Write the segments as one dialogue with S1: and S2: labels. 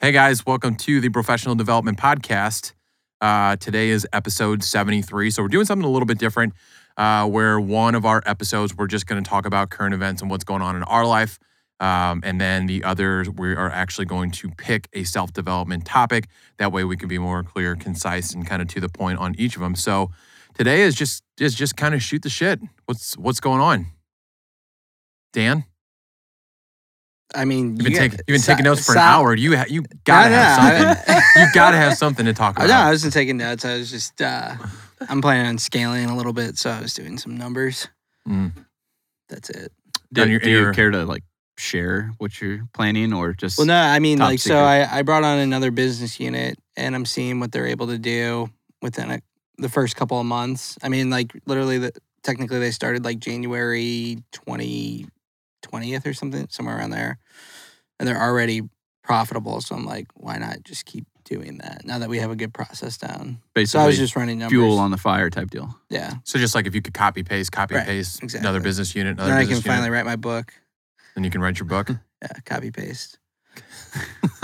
S1: Hey guys, welcome to the Professional Development Podcast. Uh, today is episode 73. So we're doing something a little bit different uh, where one of our episodes, we're just going to talk about current events and what's going on in our life. Um, and then the others, we are actually going to pick a self development topic. That way we can be more clear, concise, and kind of to the point on each of them. So today is just just just kind of shoot the shit. What's what's going on? Dan,
S2: I mean,
S1: you've been,
S2: you
S1: taking
S2: got-
S1: you've been
S2: so-
S1: taking notes for an
S2: so-
S1: hour. You ha- you gotta
S2: No,
S1: have
S2: no,
S1: something.
S2: I-
S1: you gotta have something to talk
S2: I,
S1: about.
S2: no, I wasn't taking notes. I was just, uh, I'm planning on scaling a little bit, so I was doing some numbers.
S1: Mm.
S2: That's it.
S1: And
S3: Do,
S1: you're-
S3: do you
S1: you're-
S3: care to like share what you're planning or just
S2: Well, no, I mean,
S3: Top
S2: like, so
S3: secret.
S2: I, I brought on another business unit, and I'm seeing what they're able to do within a, the first couple of months. I mean, like, literally, the, technically, they started like January 20, 20th or something, somewhere around there, and they're already profitable. So I'm like, why not just keep doing that now that we have a good process down? So
S3: basically
S2: I was just running numbers.
S3: fuel on the fire type deal?
S2: yeah.
S1: So just like if you could copy paste, copy
S2: Right,
S1: paste another
S2: exactly.
S1: business unit, another
S2: then I can
S1: business unit,
S2: finally write my book.
S1: then you can write your book.
S2: Yeah, copy paste.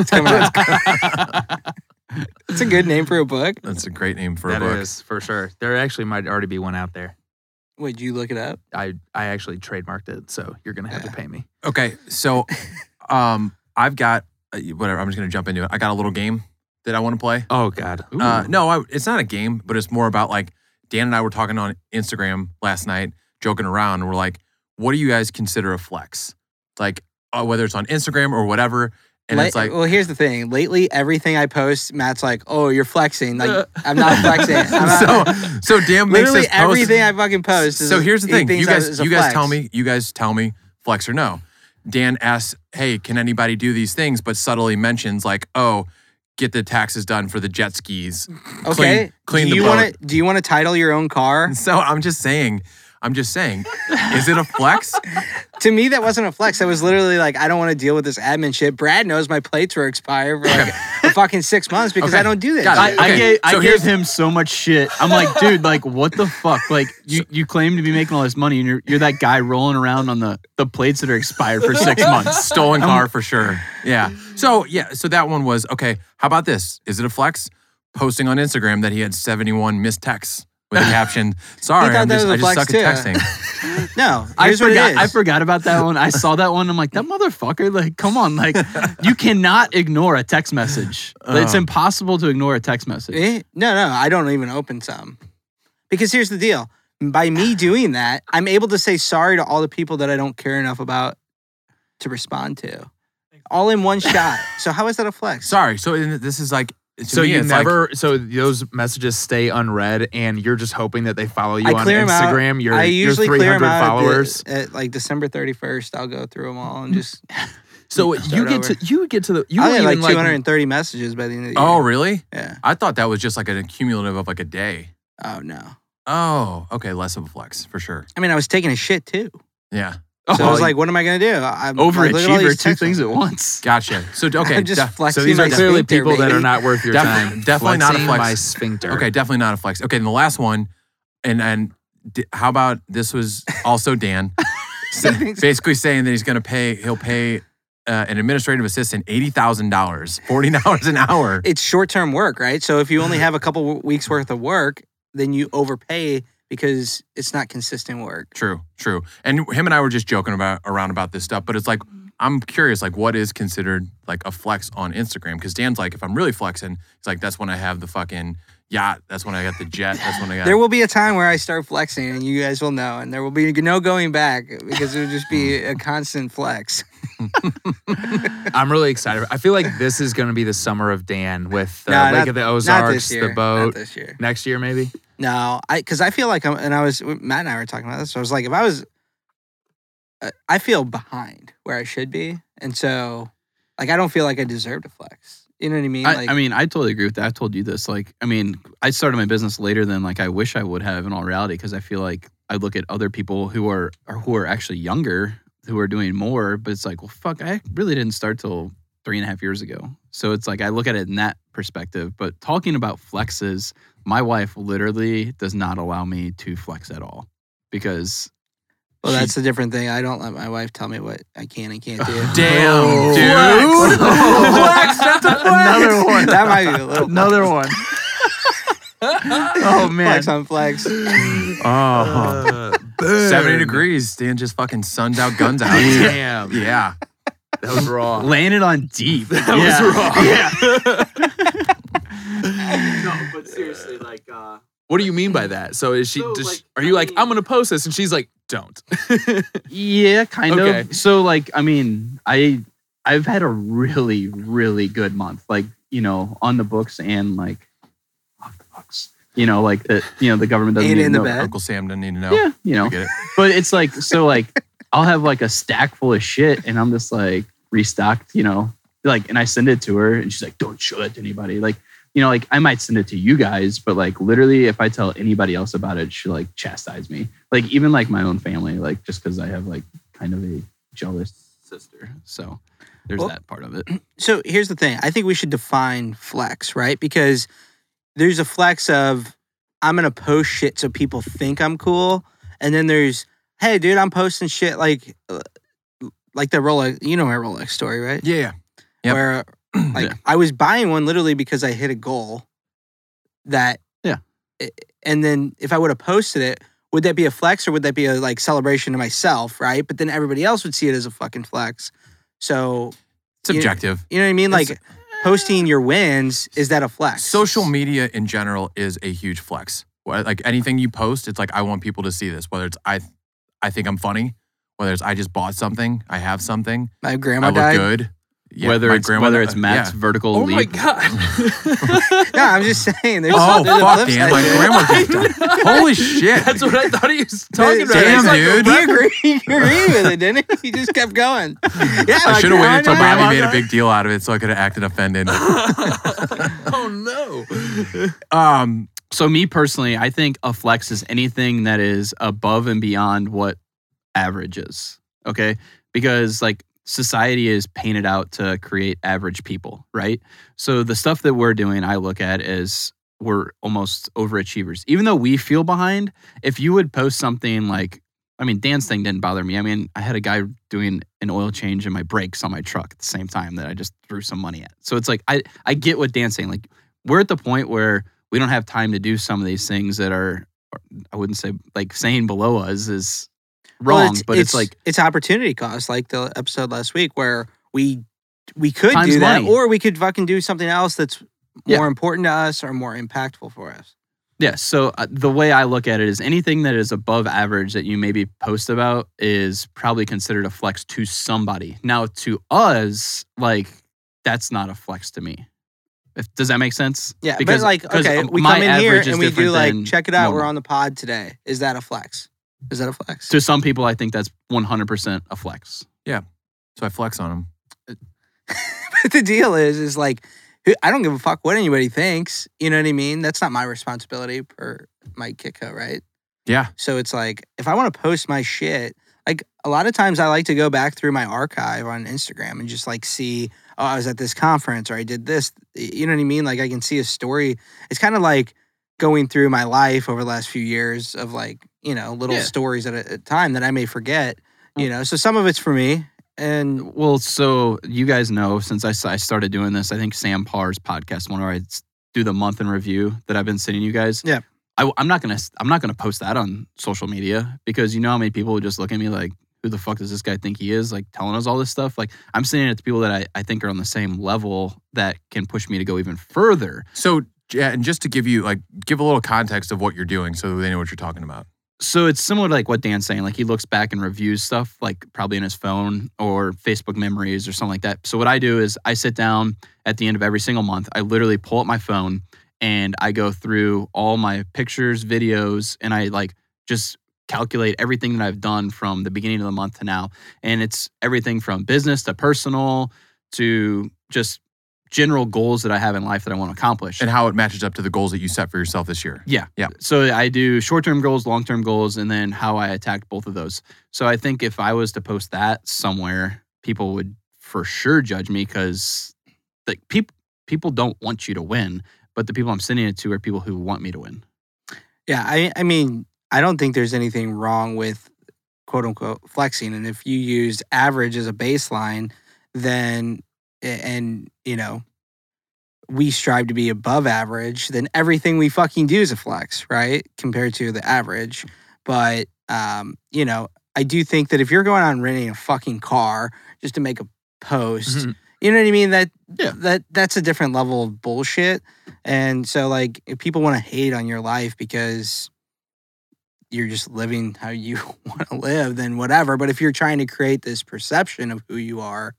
S2: It's coming out. It's a good name for a book.
S1: That's a great name for
S4: That
S1: a
S4: is
S1: book.
S4: for sure. There actually might already be one out there.
S2: Would you look it up?
S4: I I actually trademarked it, so you're gonna have
S2: Yeah.
S4: to pay me.
S1: Okay, so um, I've got uh, whatever. I'm just gonna jump into it. I got a little game that I want to play.
S4: Oh God.
S1: Uh, no, I, it's not a game, but it's more about like Dan and I were talking on Instagram last night, joking around. And we're like, what do you guys consider a flex? Like uh, whether it's on Instagram or whatever. And
S2: La-
S1: it's like,
S2: well, here's the thing. Lately, everything I post, Matt's like, "Oh, you're flexing." Like, I'm not flexing. I'm
S1: so
S2: not-
S1: so Dan makes
S2: literally
S1: this post.
S2: everything I fucking post. Oh, Is
S1: so here's the
S2: he
S1: thing. You
S2: thinks
S1: guys,
S2: is a
S1: you guys
S2: flex.
S1: tell me, you guys tell me, flex or no. Dan asks, "Hey, can anybody do these things?" But subtly mentions like, "Oh, get the taxes done for the jet skis."
S2: Okay,
S1: clean
S2: do
S1: the
S2: you
S1: boat.
S2: want to? Do you want to title your own car?
S1: And so I'm just saying, I'm just saying, is it a flex?
S2: to me, that wasn't a flex. I was literally like, I don't want to deal with this admin shit. Brad knows my plates were expired for like a fucking six months because
S1: Okay.
S2: I don't do this.
S1: Got
S3: I,
S1: it.
S3: I,
S1: Okay,
S3: gave,
S1: so
S3: I
S1: here's-
S3: gave him so much shit. I'm like, dude, like, what the fuck? Like, you, you claim to be making all this money, and you're, you're that guy rolling around on the, the plates that are expired for six months.
S1: Stolen
S2: Um,
S1: car for sure. Yeah. So yeah, so that one was okay. How about this? Is it a flex? Posting on Instagram that he had 71 missed texts with the caption, "Sorry,
S2: thought
S1: I'm
S2: that
S1: just,
S2: was a
S1: I just
S2: flex
S1: suck at
S2: too.
S1: texting."
S2: No,
S3: I
S2: here's what it
S3: forgot. I
S2: is.
S3: forgot about that one. I saw that one. I'm like, that motherfucker. Like, come on. Like, you cannot ignore a text message. It's
S1: Oh.
S3: impossible to ignore a text message.
S2: Eh? No, no, I don't even open some. Because here's the deal. By me doing that, I'm able to say sorry to all the people that I don't care enough about to respond to. All in one shot. So how is that a flex?
S1: Sorry. So in- this is like. to
S4: So
S1: me,
S4: you
S1: it's like-
S4: never. so those messages stay unread, and you're just hoping that they follow you
S2: I
S4: on
S2: clear 'em out.
S4: Instagram. Your
S2: I usually
S4: your
S2: clear
S4: 300
S2: them out at the-
S4: followers.
S2: At, like December 31st. I'll go through them all and just.
S4: so you
S2: Start
S4: get to you get to the you
S2: I only
S4: don't
S2: had Oh, like
S4: even like
S2: 230 messages by the end of the year.
S1: Oh, really?
S2: yeah.
S1: I thought that was just like an accumulative of like a day.
S2: Oh no.
S1: Oh, okay, less of a flex for sure.
S2: I mean, I was taking a shit too.
S1: Yeah,
S2: So I
S3: Oh,
S2: was like, what am I gonna do? I'm like, look at all these
S3: overachiever two
S2: text
S3: things at
S2: messages.
S3: once.
S1: gotcha. So okay,
S2: I'm just
S1: def-
S2: flexing
S4: so these are
S2: my
S4: clearly
S2: sphincter,
S4: people that
S2: baby.
S4: are not worth your
S1: Def-
S4: time.
S1: definitely not a
S4: Flexing
S1: flex.
S4: My sphincter.
S1: okay, definitely not a flex. Okay, and the last one, and and d- how about this was also Dan, sa- basically saying that he's gonna pay he'll pay uh, an administrative assistant eighty thousand dollars, forty dollars an hour.
S2: it's short term work, right? So if you only have a couple w- weeks worth of work, then you overpay because it's not consistent work.
S1: True, true. And him and I were just joking about around about this stuff, but it's like I'm curious, like what is considered like a flex on Instagram? Because Dan's like, if I'm really flexing, it's like that's when I have the fucking yacht, that's when I got the jet, that's when I got.
S2: There will be a time where I start flexing and you guys will know, and there will be no going back because it will just be a constant flex.
S4: I'm really excited. I feel like this is going to be the summer of Dan with uh,
S2: No,
S4: Lake
S2: not-
S4: of the
S2: not
S4: Ozarks,
S2: this year.
S4: the
S2: Not
S4: boat.
S2: this year.
S4: Next year, maybe.
S2: No, I because I feel like I'm, and I was Matt and I were talking about this. So I was like, if I was, uh, I feel behind where I should be, and so like I don't feel like I deserve to flex. You know what I mean?
S3: I,
S2: like,
S3: I mean, I totally agree with that. I told you this. Like, I mean, I started my business later than like I wish I would have in all reality because I feel like I look at other people who are or who are actually younger who are doing more, but it's like, well, fuck, I really didn't start till three and a half years ago. So it's like I look at it in that perspective. But talking about flexes, my wife literally does not allow me to flex at all because
S2: well,
S3: she-
S2: that's a different thing. I don't let my wife tell me what I can and can't do.
S1: Damn, dude.
S3: Flex.
S1: Flex, that's a flex.
S2: that might be a little
S3: Another one. oh man.
S2: flex on flex.
S4: Uh-huh.
S1: Oh,
S4: Uh, burn.
S1: 70 degrees. Dan just fucking suns out, guns out. yeah.
S4: Damn. That was raw.
S3: Landed on deep.
S4: That was raw.
S5: no, but seriously, like, uh,
S4: What do you mean by that? So is she?
S5: So,
S4: does she-
S5: like,
S4: are you
S5: I
S4: like
S5: mean-
S4: I'm gonna post this, and she's like, don't.
S3: Yeah, kind
S4: Okay.
S3: of. So like, I mean, I I've had a really really good month. Like, you know, on the books and like off the books. You know, like the you know the government doesn't
S2: Ain't
S3: even
S2: in the
S3: know.
S2: bed.
S1: Uncle Sam didn't need to know.
S3: Yeah, you know.
S1: We get it.
S3: But it's like so like I'll have like a stack full of shit and I'm just like restocked, you know. Like and I send it to her and she's like, Don't show that to anybody. Like, you know, like I might send it to you guys, but like literally if I tell anybody else about it, she'll like chastise me. Like even like my own family, like just because I have like kind of a jealous sister. So there's
S4: Oh.
S2: Well-
S3: that part of it.
S2: So here's the thing. I think we should define flex, right? Because there's a flex of I'm gonna post shit so people think I'm cool, and then there's hey, dude, I'm posting shit like uh, like the Rolex. You know my Rolex story, right?
S1: Yeah. yeah. Yep.
S2: Where like
S3: Yeah.
S2: I was buying one literally because I hit a goal that
S3: Yeah.
S2: I- and then if I would have posted it, would that be a flex or would that be a like celebration to myself, right? But then everybody else would see it as a fucking flex. So
S1: It's objective.
S2: you know what I mean? Like
S1: It's-
S2: posting your wins is that a flex?
S1: Social media in general is a huge flex. Wh- Like anything you post, it's like I want people to see this. Whether it's I, I think I'm funny. Whether it's I just bought something, I have something,
S2: My
S1: I
S2: grandma
S1: look
S2: died.
S1: good. Yeah,
S3: whether
S1: my
S3: it's
S1: grandma-
S3: whether it's Matt's
S1: yeah.
S3: vertical
S4: oh my
S3: leap.
S4: god.
S2: No, I'm just saying. There's
S1: Oh
S2: there's a
S1: fuck,
S2: flip
S1: Dan!
S2: side
S1: My
S2: to it.
S1: grandma just died. Holy shit!
S4: That's what I thought he was talking about.
S1: Damn, dude.
S4: It's like a
S2: He agreed, he agreed with it, didn't he? He just kept going. Yeah,
S1: I should have waited until
S4: grandma
S1: Bobby made a
S4: died.
S1: big deal out of it, so I could have acted offended.
S4: oh no.
S1: Um,
S3: So me personally, I think a flex is anything that is above and beyond what average is. Okay? Because like society is painted out to create average people, right? So the stuff that we're doing, I look at as we're almost overachievers. Even though we feel behind, if you would post something like I mean, Dan's thing didn't bother me. I mean, I had a guy doing an oil change and my brakes on my truck at the same time that I just threw some money at. So it's like I I get what Dan's saying. Like we're at the point where we don't have time to do some of these things that are I wouldn't say like saying below us is wrong,
S2: Well,
S3: but it's, like
S2: it's opportunity cost, like the episode last week where we we could
S3: Time's
S2: do that,
S3: money.
S2: or we could fucking do something else that's
S3: Yeah.
S2: more important to us or more impactful for us.
S3: Yeah. So uh, the way I look at it is anything that is above average that you maybe post about is probably considered a flex to somebody. Now, to us, like, that's not a flex to me. If, does that make sense?
S2: Yeah,
S3: Because-
S2: but like,
S3: 'cause
S2: okay, we
S3: my
S2: come in here
S3: average is
S2: and we do
S3: different
S2: like,
S3: than
S2: check it out. We're on the
S3: normal.
S2: pod today. Is that a flex? Is that a flex?
S3: To some people, I think that's 100% a flex.
S1: so I flex on him.
S2: But the deal is, is like, who- I don't give a fuck what anybody thinks. You know what I mean? That's not my responsibility per my Kitka, right?
S1: Yeah,
S2: So it's like, if I want to post my shit, like a lot of times I like to go back through my archive on Instagram and just like see, oh, I was at this conference or I did this. You know what I mean? Like I can see a story. It's kind of like going through my life over the last few years of like, you know, little
S3: Yeah.
S2: stories at a, a time that I may forget, you
S3: Mm.
S2: know? So some of it's for me. And
S3: Well, so you guys know since I, s- I started doing this, I think Sam Parr's podcast, one where I s- do the month in review that I've been sending you guys.
S2: Yeah.
S3: I, am not gonna s- I'm not gonna post that on social media because you know how many people would just look at me like, who the fuck does this guy think he is? Like telling us all this stuff. Like I'm sending it to people that I, I think are on the same level that can push me to go even further.
S1: So, yeah, and just to give you like give a little context of what you're doing, so they know what you're talking about.
S3: so it's similar to like what Dan's saying. Like he looks back and reviews stuff, like probably in his phone or Facebook memories or something like that. So what I do is I sit down at the end of every single month. I literally pull up my phone and I go through all my pictures, videos, and I like just calculate everything that I've done from the beginning of the month to now. And it's everything from business to personal to just general goals that I have in life that I want to accomplish.
S1: and how it matches up to the goals that you set for yourself this year.
S3: So I do short term goals, long term goals, and then how I attacked both of those. So I think if I was to post that somewhere, people would for sure judge me because like people people don't want you to win, but the people I'm sending it to are people who want me to win.
S2: Yeah, I I mean, I don't think there's anything wrong with quote unquote flexing. And if you used average as a baseline, then a- and you know, we strive to be above average, then everything we fucking do is a flex, right? Compared to the average. But um, you know, I do think that if you're going out and renting a fucking car just to make a post,
S4: Mhm.
S2: you know what I mean? That
S3: Yeah.
S2: that that's a different level of bullshit. And so like if people want to hate on your life because you're just living how you want to live, then whatever. But if you're trying to create this perception of who you are,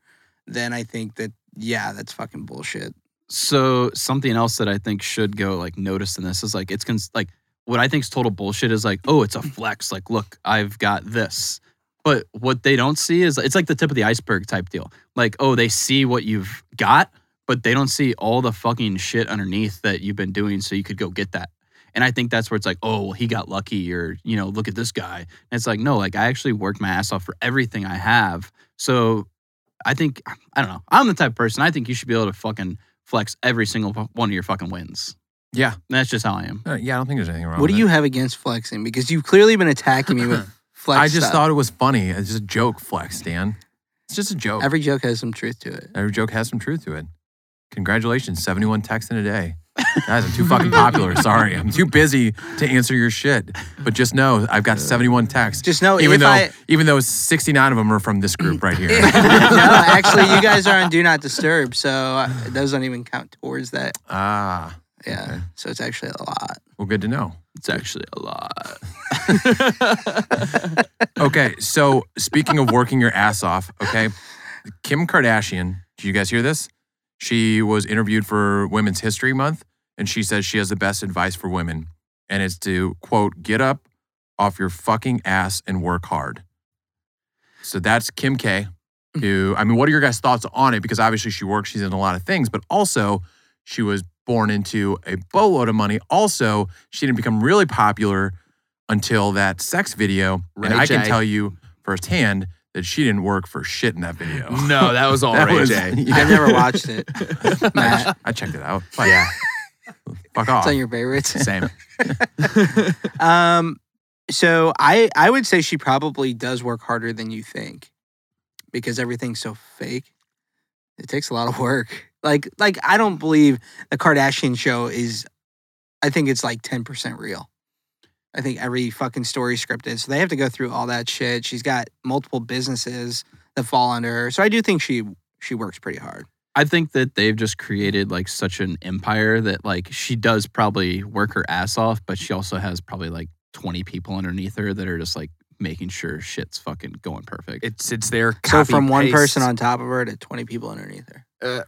S2: then I think that yeah, that's fucking bullshit.
S3: so something else that I think should go like noticed in this is like it's cons- like what I think is total bullshit is like oh it's a flex like look I've got this but what they don't see is it's like the tip of the iceberg type deal like oh they see what you've got but they don't see all the fucking shit underneath that you've been doing so you could go get that and I think that's where it's like oh well, he got lucky or you know look at this guy and it's like no like I actually worked my ass off for everything I have so I think I don't know I'm the type of person I think you should be able to fucking flex every single fu- one of your fucking wins.
S1: Yeah.
S3: And that's just how I am.
S1: Uh, yeah, I don't think there's anything wrong with
S2: What do
S1: it.
S2: you have against flexing? Because you've clearly been attacking me with flex.
S1: I just
S2: stuff.
S1: thought it was funny. It's just a joke flex, Dan. It's just a joke. Every,
S2: every joke has some truth to it.
S1: joke has some truth to it. Congratulations, 71 texts in a day. Guys, I'm too fucking popular. Sorry. I'm too busy to answer your shit. But just know I've got 71 texts.
S2: Just know
S1: even
S2: if
S1: though
S2: I
S1: even though 69 of them are from this group right here.
S2: no, actually, you guys are on Do Not Disturb, so uh, those don't even count towards that.
S1: ah.
S2: Yeah,
S1: Okay.
S2: so it's actually a lot.
S1: Well, good to know.
S3: It's actually a lot.
S1: Okay, so speaking of working your ass off, okay, Kim Kardashian, do you guys hear this? She was interviewed for Women's History Month, and she says she has the best advice for women, and it's to quote, "Get up off your fucking ass and work hard." So that's Kim K.
S4: Hmm.
S1: Who, I mean, what are your guys' thoughts on it? Because obviously she works, she's in a lot of things, but also she was born into a boatload of money. Also, she didn't become really popular until that sex video,
S4: Ray
S1: and I can
S4: J.
S1: tell you firsthand that she didn't work for shit in that video.
S4: No, that was all
S1: That
S4: Ray
S1: was-
S4: J.
S1: yeah,
S2: I never watched it. Matt,
S1: I checked it out. Fuck-
S4: Yeah,
S1: Fuck off.
S2: it's on your favorites.
S4: same.
S2: Um, so I I would say she probably does work harder than you think, because everything's so fake. It takes a lot of work. Like like I don't believe the Kardashian show is. I think it's like ten percent real. I think every fucking story scripted, so they have to go through all that shit. She's got multiple businesses that fall under her, so I do think she she works pretty hard.
S3: I think that they've just created like such an empire that like she does probably work her ass off, but she also has probably like 20 people underneath her that are just like making sure shit's fucking going perfect.
S4: It's it's their
S2: So
S4: copy
S2: from one
S4: paste.
S2: person on top of her to twenty people underneath her.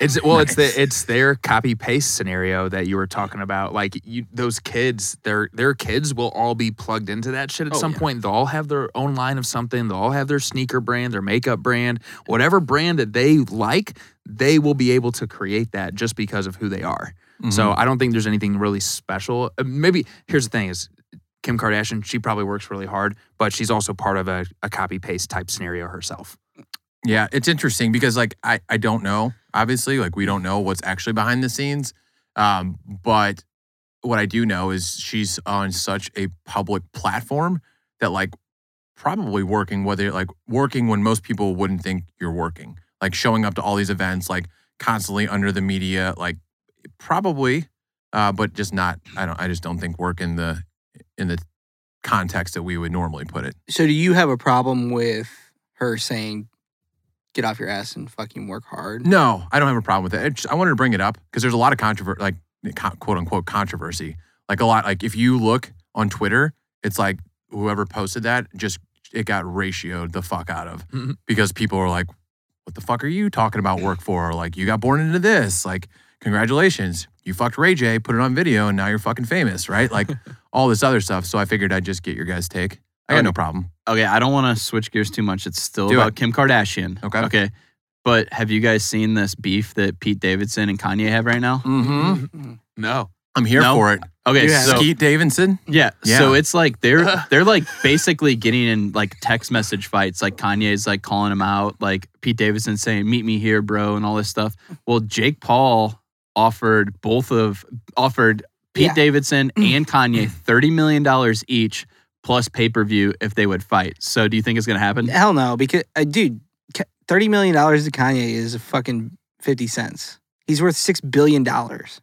S4: It's well, it's
S1: Nice.
S4: the it's their copy paste scenario that you were talking about. Like you, those kids, their their kids will all be plugged into that shit at
S3: Oh,
S4: some
S3: yeah.
S4: point. They'll all have their own line of something. They'll all have their sneaker brand, their makeup brand, whatever brand that they like. They will be able to create that just because of who they are.
S1: Mhm.
S4: So I don't think there's anything really special. Uh, Maybe here's the thing: is Kim Kardashian? She probably works really hard, but she's also part of a, a copy paste type scenario herself.
S1: Yeah, it's interesting because like I I don't know obviously like we don't know what's actually behind the scenes, um, but what I do know is she's on such a public platform that like probably working whether like working when most people wouldn't think you're working like showing up to all these events like constantly under the media like probably uh, but just not I don't I just don't think work in the in the context that we would normally put it.
S2: So do you have a problem with her saying, "Get off your ass and fucking work hard"?
S1: No, I don't have a problem with it. I, just, I wanted to bring it up because there's a lot of controversy, like co- quote unquote controversy. Like a lot, like if you look on Twitter, it's like whoever posted that just it got ratioed the fuck out of
S4: Mhm.
S1: because people are like, "What the fuck are you talking about work for?" Or like, "You got born into this." Like, congratulations, you fucked Ray J, put it on video, and now you're fucking famous, right? Like all this other stuff. So I figured I'd just get your guys' take. I got
S3: Okay.
S1: no problem.
S3: okay, I don't want to switch gears too much. It's still
S1: Do
S3: about
S1: it.
S3: Kim Kardashian.
S1: Okay.
S3: Okay. But have you guys seen this beef that Pete Davidson and Kanye have right now?
S1: Mm-hmm.
S4: No,
S1: I'm here
S3: No.
S1: for it.
S3: Okay,
S2: You have-
S3: so
S1: Skeet Davidson.
S3: Yeah,
S1: Yeah.
S3: So it's like they're they're like basically getting in like text message fights. Like Kanye's like calling him out, like Pete Davidson saying, Meet me here, bro, and all this stuff. Well, Jake Paul offered both of offered Pete
S2: Yeah. Mm.
S3: Davidson and Kanye thirty million dollars each plus pay-per-view if they would fight. So do you think it's gonna happen?
S2: Hell no, because uh, dude, K- thirty million dollars to Kanye is a fucking fifty cents. He's worth six billion dollars.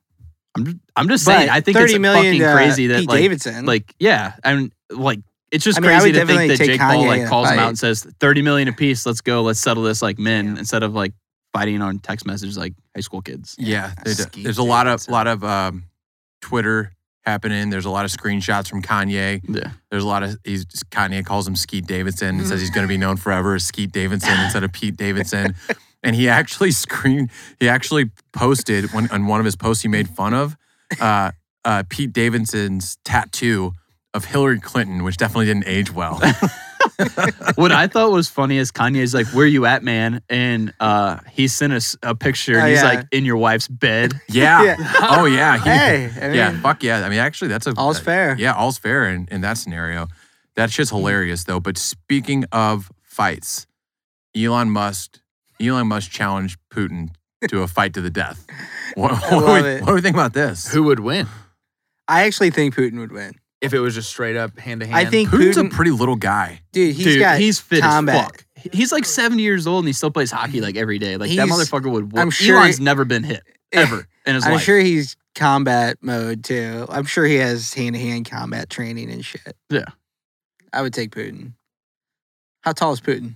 S3: I'm just, I'm just saying. I think it's fucking crazy that
S2: Pete
S3: like,
S2: Davidson.
S3: like yeah, and like it's just
S2: Mm-hmm. I mean, I
S3: crazy
S2: would
S3: to think
S2: definitely
S3: that
S2: take
S3: Jake Paul
S2: Kanye
S3: like
S2: in a
S3: calls him
S2: fight.
S3: out and says thirty million apiece. Let's go. Let's settle this like men
S2: Yeah.
S3: instead of like fighting on text messages like high school kids.
S1: Yeah, they do.
S4: Skeet
S1: there's a lot of
S4: Davidson.
S1: lot of um, Twitter happening. There's a lot of screenshots from Kanye.
S3: Yeah,
S1: There's a lot of he's Kanye calls him Skeet Davidson and says he's
S2: Mm-hmm.
S1: going to be known forever as Skeet Davidson instead of Pete Davidson. And he actually screen he actually posted when on one of his posts he made fun of uh, uh, Pete Davidson's tattoo of Hillary Clinton, which definitely didn't age well.
S3: what I thought was funny is Kanye's like, "Where you at, man?" And uh, he sent us a picture. and
S2: Oh,
S3: He's
S2: yeah.
S3: like in your wife's bed.
S1: Yeah. Oh yeah. He-
S2: hey, I mean,
S1: yeah. Fuck yeah. I mean, actually, that's a uh,
S2: all's fair. Mm-hmm.
S1: Yeah, all's fair in, in that scenario. That shit's hilarious though. But speaking of fights, Elon Musk, Elon Musk challenged Putin to a fight to the death. What,
S2: I
S1: what do
S2: love
S1: we,
S2: it.
S1: what do we think about this?
S4: Who would win
S2: I actually think Putin would win.
S4: if it was just straight up hand to hand?
S2: I think
S1: Putin's
S2: Putin,
S1: a pretty little guy.
S2: dude. He's
S3: Dude,
S2: got.
S3: he's fit
S2: combat.
S3: as fuck. He- He's like seventy years old and he still plays hockey like every day. Like that
S2: He's-
S3: motherfucker would. Whoop.
S2: I'm sure-
S3: Elon's never been hit ever in his
S2: I'm
S3: life.
S2: sure he's combat mode too. I'm sure he has hand to hand combat training and shit.
S3: Yeah.
S2: I would take Putin. How tall is Putin?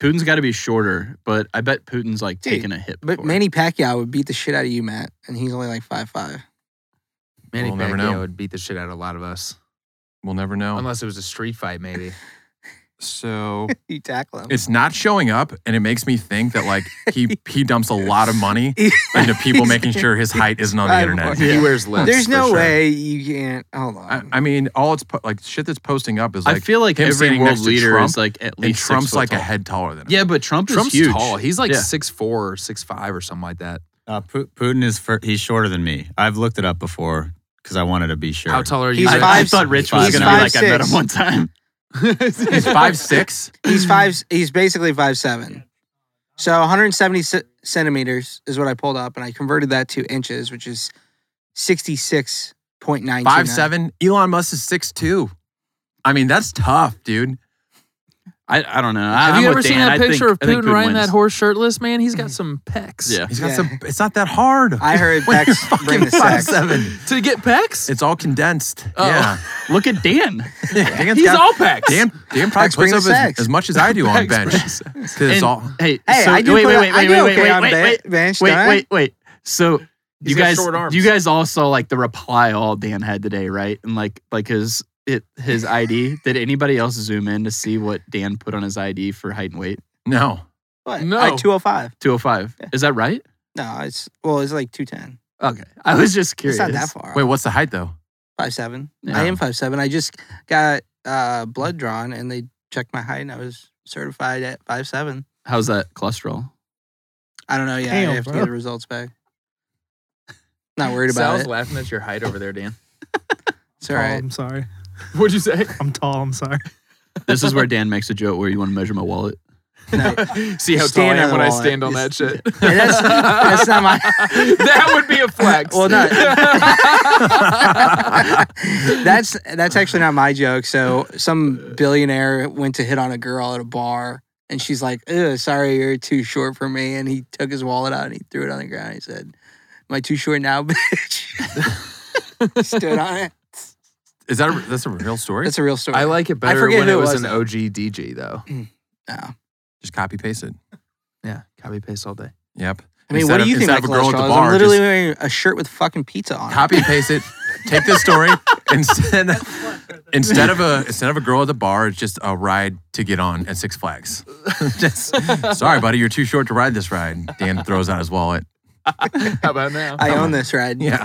S3: Putin's got to be shorter, but I bet Putin's like
S2: Dude,
S3: taking a hit.
S2: But
S3: before.
S2: Manny Pacquiao would beat the shit out of you, Matt, and he's only like five five.
S4: Manny
S1: We'll never
S4: Pacquiao
S1: know.
S4: would beat the shit out of a lot of us,
S1: We'll never know.
S4: unless it was a street fight, maybe.
S1: so
S2: You tackle him.
S1: it's not showing up, and it makes me think that like he he dumps a lot of money into people making sure his height isn't on the
S2: Right,
S1: internet.
S2: Yeah.
S4: He wears less.
S2: There's
S4: for
S2: no
S4: sure.
S2: way you can't. Hold
S1: I,
S2: on.
S1: I mean, all it's po- like shit that's posting up is
S3: I
S1: like
S3: feel like
S1: him
S3: every
S1: sitting
S3: world
S1: next to
S3: leader
S1: Trump,
S3: is like at
S1: and
S3: least six
S1: Trump's
S3: foot
S1: like a
S3: tall.
S1: head taller than him.
S3: Yeah, but Trump
S4: Trump's
S3: is huge.
S4: tall. He's like
S3: Yeah.
S4: six four or six five or something like that.
S6: Uh, Pu- Putin is fir- he's shorter than me. I've looked it up before because I wanted to be sure.
S4: How tall are you?
S2: He's
S3: I, I
S2: five-
S3: thought Rich was
S6: he's
S3: gonna be like, I met
S2: five-six.
S3: him one time.
S1: He's five six.
S2: he's five. He's basically five seven. So 170 c- centimeters is what I pulled up, and I converted that to inches, which is 66.9.
S1: Five seven. Elon Musk is six two. I mean, that's tough, dude.
S3: I, I don't know. I,
S4: Have
S3: I'm
S4: you ever
S3: with
S4: seen
S3: Dan.
S4: that
S3: I
S4: picture
S3: think- I think
S4: of Putin riding
S3: wins.
S4: that horse shirtless? Man, he's got some pecs.
S3: Yeah,
S1: He's got
S2: Yeah.
S1: some. It's not that hard.
S2: I heard
S1: When you're
S2: Bex bring the
S1: fucking five
S2: sex.
S1: seven.
S4: To get pecs,
S1: It's all condensed.
S4: Oh.
S1: Yeah.
S3: look at Dan.
S1: yeah. Dan
S4: he's all pecs.
S1: Dan, Dan probably
S2: Bex bring
S1: puts up
S2: the
S1: as,
S2: sex.
S1: as much as I do on
S4: Pecs
S1: bench. 'Cause it's
S3: And-
S1: all.
S3: Hey,
S2: Hey,
S3: so-
S2: I do
S3: wait,
S2: put
S3: wait,
S2: a-
S3: wait,
S2: I
S3: wait,
S2: do
S3: wait,
S2: okay
S3: wait,
S2: on
S3: wait,
S2: ba-
S3: wait,
S2: bench,
S3: wait,
S2: don't I?
S3: wait, wait. So you
S4: got
S3: guys,
S4: short arms.
S3: you guys all saw like the reply all Dan had today, right? And like, like his it his ID. Did anybody else zoom in to see what Dan put on his ID for height and weight?
S1: No.
S2: What?
S4: No.
S2: Like 205.
S3: Two hundred five. Is that right?
S2: No, it's well, it's like 210.
S3: Okay, I was just curious.
S2: It's not that far.
S1: Wait, what's the height though?
S2: five seven.
S3: Yeah.
S2: I am five seven. I just got uh, blood drawn and they checked my height and I was certified at five seven.
S3: How's that cholesterol?
S2: I don't know. Yeah,
S6: Damn,
S2: I have to
S6: bro.
S2: get the results back. Not worried about it.
S4: laughing at your height over there, Dan.
S2: It's all right.
S7: I'm sorry.
S4: What'd you say?
S7: I'm tall. I'm sorry.
S3: This is where Dan makes a joke where you want to measure my wallet.
S2: No,
S4: See how tall I
S2: Stand on
S4: am
S2: the
S4: when I
S2: wall.
S4: stand on that
S2: Just-
S4: shit.
S2: Yeah, that's- that's not my-
S4: that would be a flex.
S2: Well, no.
S4: not.
S2: that's that's actually not my joke. So some billionaire went to hit on a girl at a bar, and she's like, Ugh, "Sorry, you're too short for me." And he took his wallet out and he threw it on the ground. He said, "Am I too short now, bitch?" Stood on it.
S1: Is that a, that's a real story?
S2: That's a real story.
S4: I like it better
S2: forget
S4: when
S2: who
S4: it
S2: it
S4: was,
S2: was
S4: an
S2: now.
S4: OG DJ though.
S1: Just copy paste it.
S4: Yeah, copy paste all day.
S1: Yep.
S2: I mean,
S1: Instead
S2: what
S1: of-
S2: do you think?
S1: instead
S2: Of
S1: of a girl at the
S2: I'm
S1: bar,
S2: literally
S1: just-
S2: wearing a shirt with fucking pizza on. it.
S1: Copy and paste it. Take this story and send instead of a instead of a girl at the bar, it's just a ride to get on at Six Flags. Just, sorry, buddy, you're too short to ride this ride. Dan throws out his wallet.
S4: How about now?
S2: I own this ride.
S1: Yeah.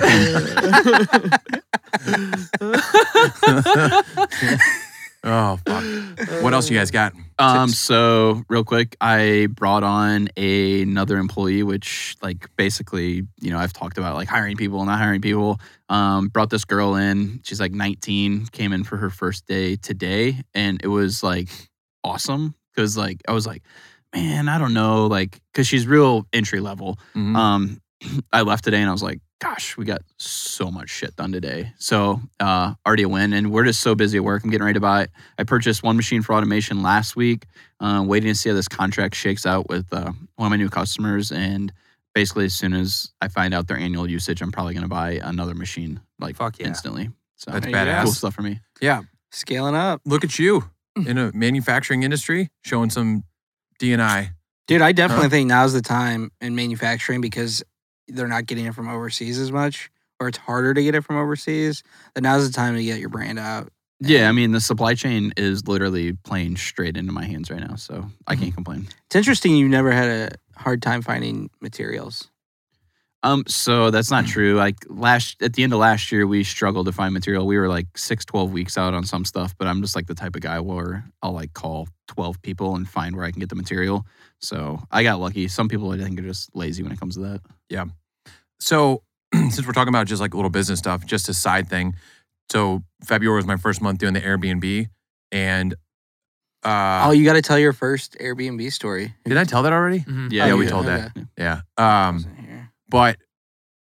S1: oh fuck. What else you guys got?
S3: Um,
S1: Tips.
S3: so real quick, I brought on a- another employee, which like basically, you know, I've talked about like hiring people, not hiring people. Um, brought this girl in. She's like 19, came in for her first day today, and it was like awesome because like I was like, man, I don't know, like because she's real entry level.
S1: Mhm.
S3: Um, I left today and I was like, gosh, we got so much shit done today. So uh, already a win, and we're just so busy at work. I'm getting ready to buy. I purchased one machine for automation last week. Uh, waiting to see how this contract shakes out with uh, one of my new customers, and basically as soon as I find out their annual usage, I'm probably going to buy another machine like
S4: Fuck yeah.
S3: instantly. So
S1: That's
S2: There you go.
S1: badass.
S3: cool stuff for me.
S1: Yeah.
S2: Scaling up,
S1: Look at you in a manufacturing industry showing some DNI.
S2: dude. I definitely think now's the time in manufacturing because they're not getting it from overseas as much, or it's harder to get it from overseas. That now's the time to get your brand out.
S3: Yeah, I mean the supply chain is literally playing straight into my hands right now, so I can't complain.
S2: It's interesting. You've never had a hard time finding materials.
S3: Um, so that's
S1: Mm.
S3: not true. Like last at the end of last year, we struggled to find material. We were like six, 12 weeks out on some stuff, but I'm just like the type of guy where I'll like call 12 people and find where I can get the material. So I got lucky. Some people I think are just lazy when it comes to that.
S1: So, since we're talking about just like little business stuff, just a side thing. So, February was my first month doing the Airbnb. And
S2: oh,
S1: uh,
S2: you got to tell your first Airbnb story.
S1: did I tell that already?
S4: Mhm.
S1: Yeah,
S2: Oh,
S1: we
S2: yeah.
S1: told that.
S3: Yeah.
S1: Yeah.
S2: I
S1: Um,
S2: wasn't here.
S1: But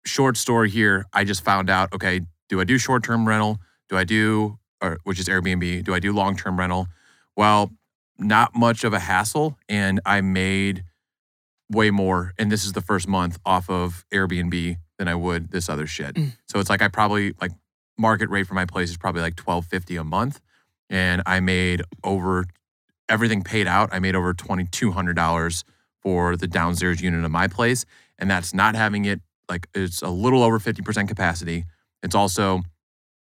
S1: short story here, I just found out okay, do I do short term rental? Do I do, or, which is Airbnb? Do I do long term rental? Well, not much of a hassle. And I made way more. And this is the first month off of Airbnb than I would this other shit.
S2: Mm.
S1: So it's like I probably, like, market rate for my place is probably like 1250 a month. And I made over everything paid out. I made over $2,200 for the downstairs unit of my place and that's not having it like it's a little over 50% capacity it's also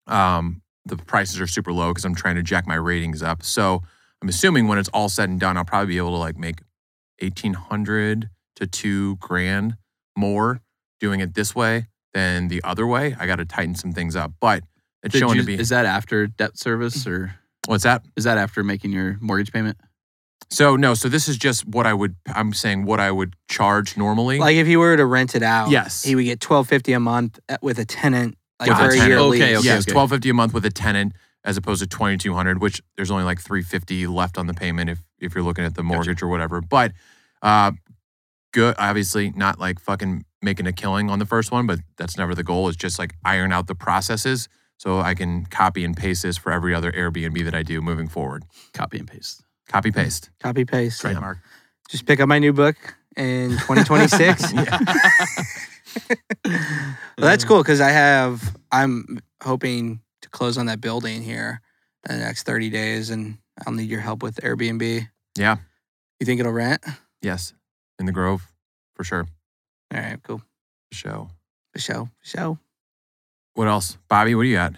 S1: um the prices are super low because i'm trying to jack my ratings up so i'm assuming when it's all said and done i'll probably be able to like make 1800 to 2 grand more doing it this way than the other way i got to tighten some things up but it's
S3: Did
S1: showing
S3: you-
S1: to be Mm.
S3: Is that after debt service or
S1: what's that
S3: is that after making your mortgage payment?
S1: so no so this is just what i would i'm saying what i would charge normally
S2: Like if you were to rent it out,
S1: Yes.
S2: he would get twelve fifty a month at- with a tenant, like
S1: With a
S2: for a,
S1: tenant.
S2: year
S3: Okay,
S2: lease.
S3: okay.
S1: yes, twelve fifty a month with a tenant, as opposed to twenty two hundred, which there's only like three fifty left on the payment if if you're looking at the mortgage or whatever. But uh, good, obviously not like fucking making a killing on the first one, but that's never the goal. It's just like iron out the processes so I can copy and paste this for every other Airbnb that I do moving forward.
S3: Copy and paste.
S1: Copy
S3: Hmm,
S1: paste.
S2: Copy paste.
S1: Right.
S4: Trademark.
S2: Just pick up my new book in 2026. well, that's cool because I have. I'm hoping to close on that building here in the next 30 days, and I'll need your help with Airbnb.
S1: Yeah.
S2: You think it'll rent?
S1: Yes, in the Grove, for sure.
S2: All right, cool.
S1: Show.
S2: For show, show.
S1: What else, Bobby? What do you got?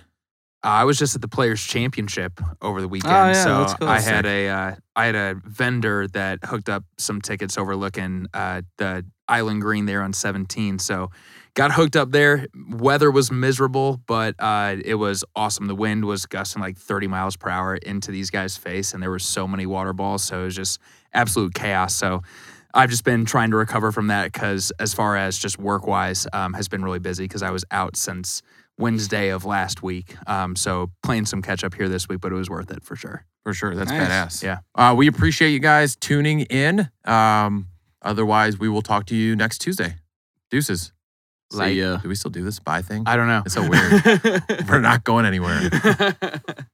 S4: Uh, I was just at the Players Championship over the weekend,
S2: Oh, yeah,
S4: so
S2: that's cool.
S4: I had a uh, I had a vendor that hooked up some tickets overlooking uh, the Island Green there on 17. So got hooked up there. Weather was miserable, but uh, it was awesome. The wind was gusting like 30 miles per hour into these guys' face, and there were so many water balls. So it was just absolute chaos. So I've just been trying to recover from that because, as far as just work wise, um, has been really busy because I was out since Wednesday of last week. Um, so playing some catch up here this week, but it was worth it for sure.
S1: For sure. That's
S2: Nice.
S1: badass. Uh, we appreciate you guys tuning in. Um, otherwise, we will talk to you next Tuesday. Deuces.
S3: Like,
S1: Do we still do this buy thing?
S4: I don't know.
S1: it's so weird. We're not going anywhere.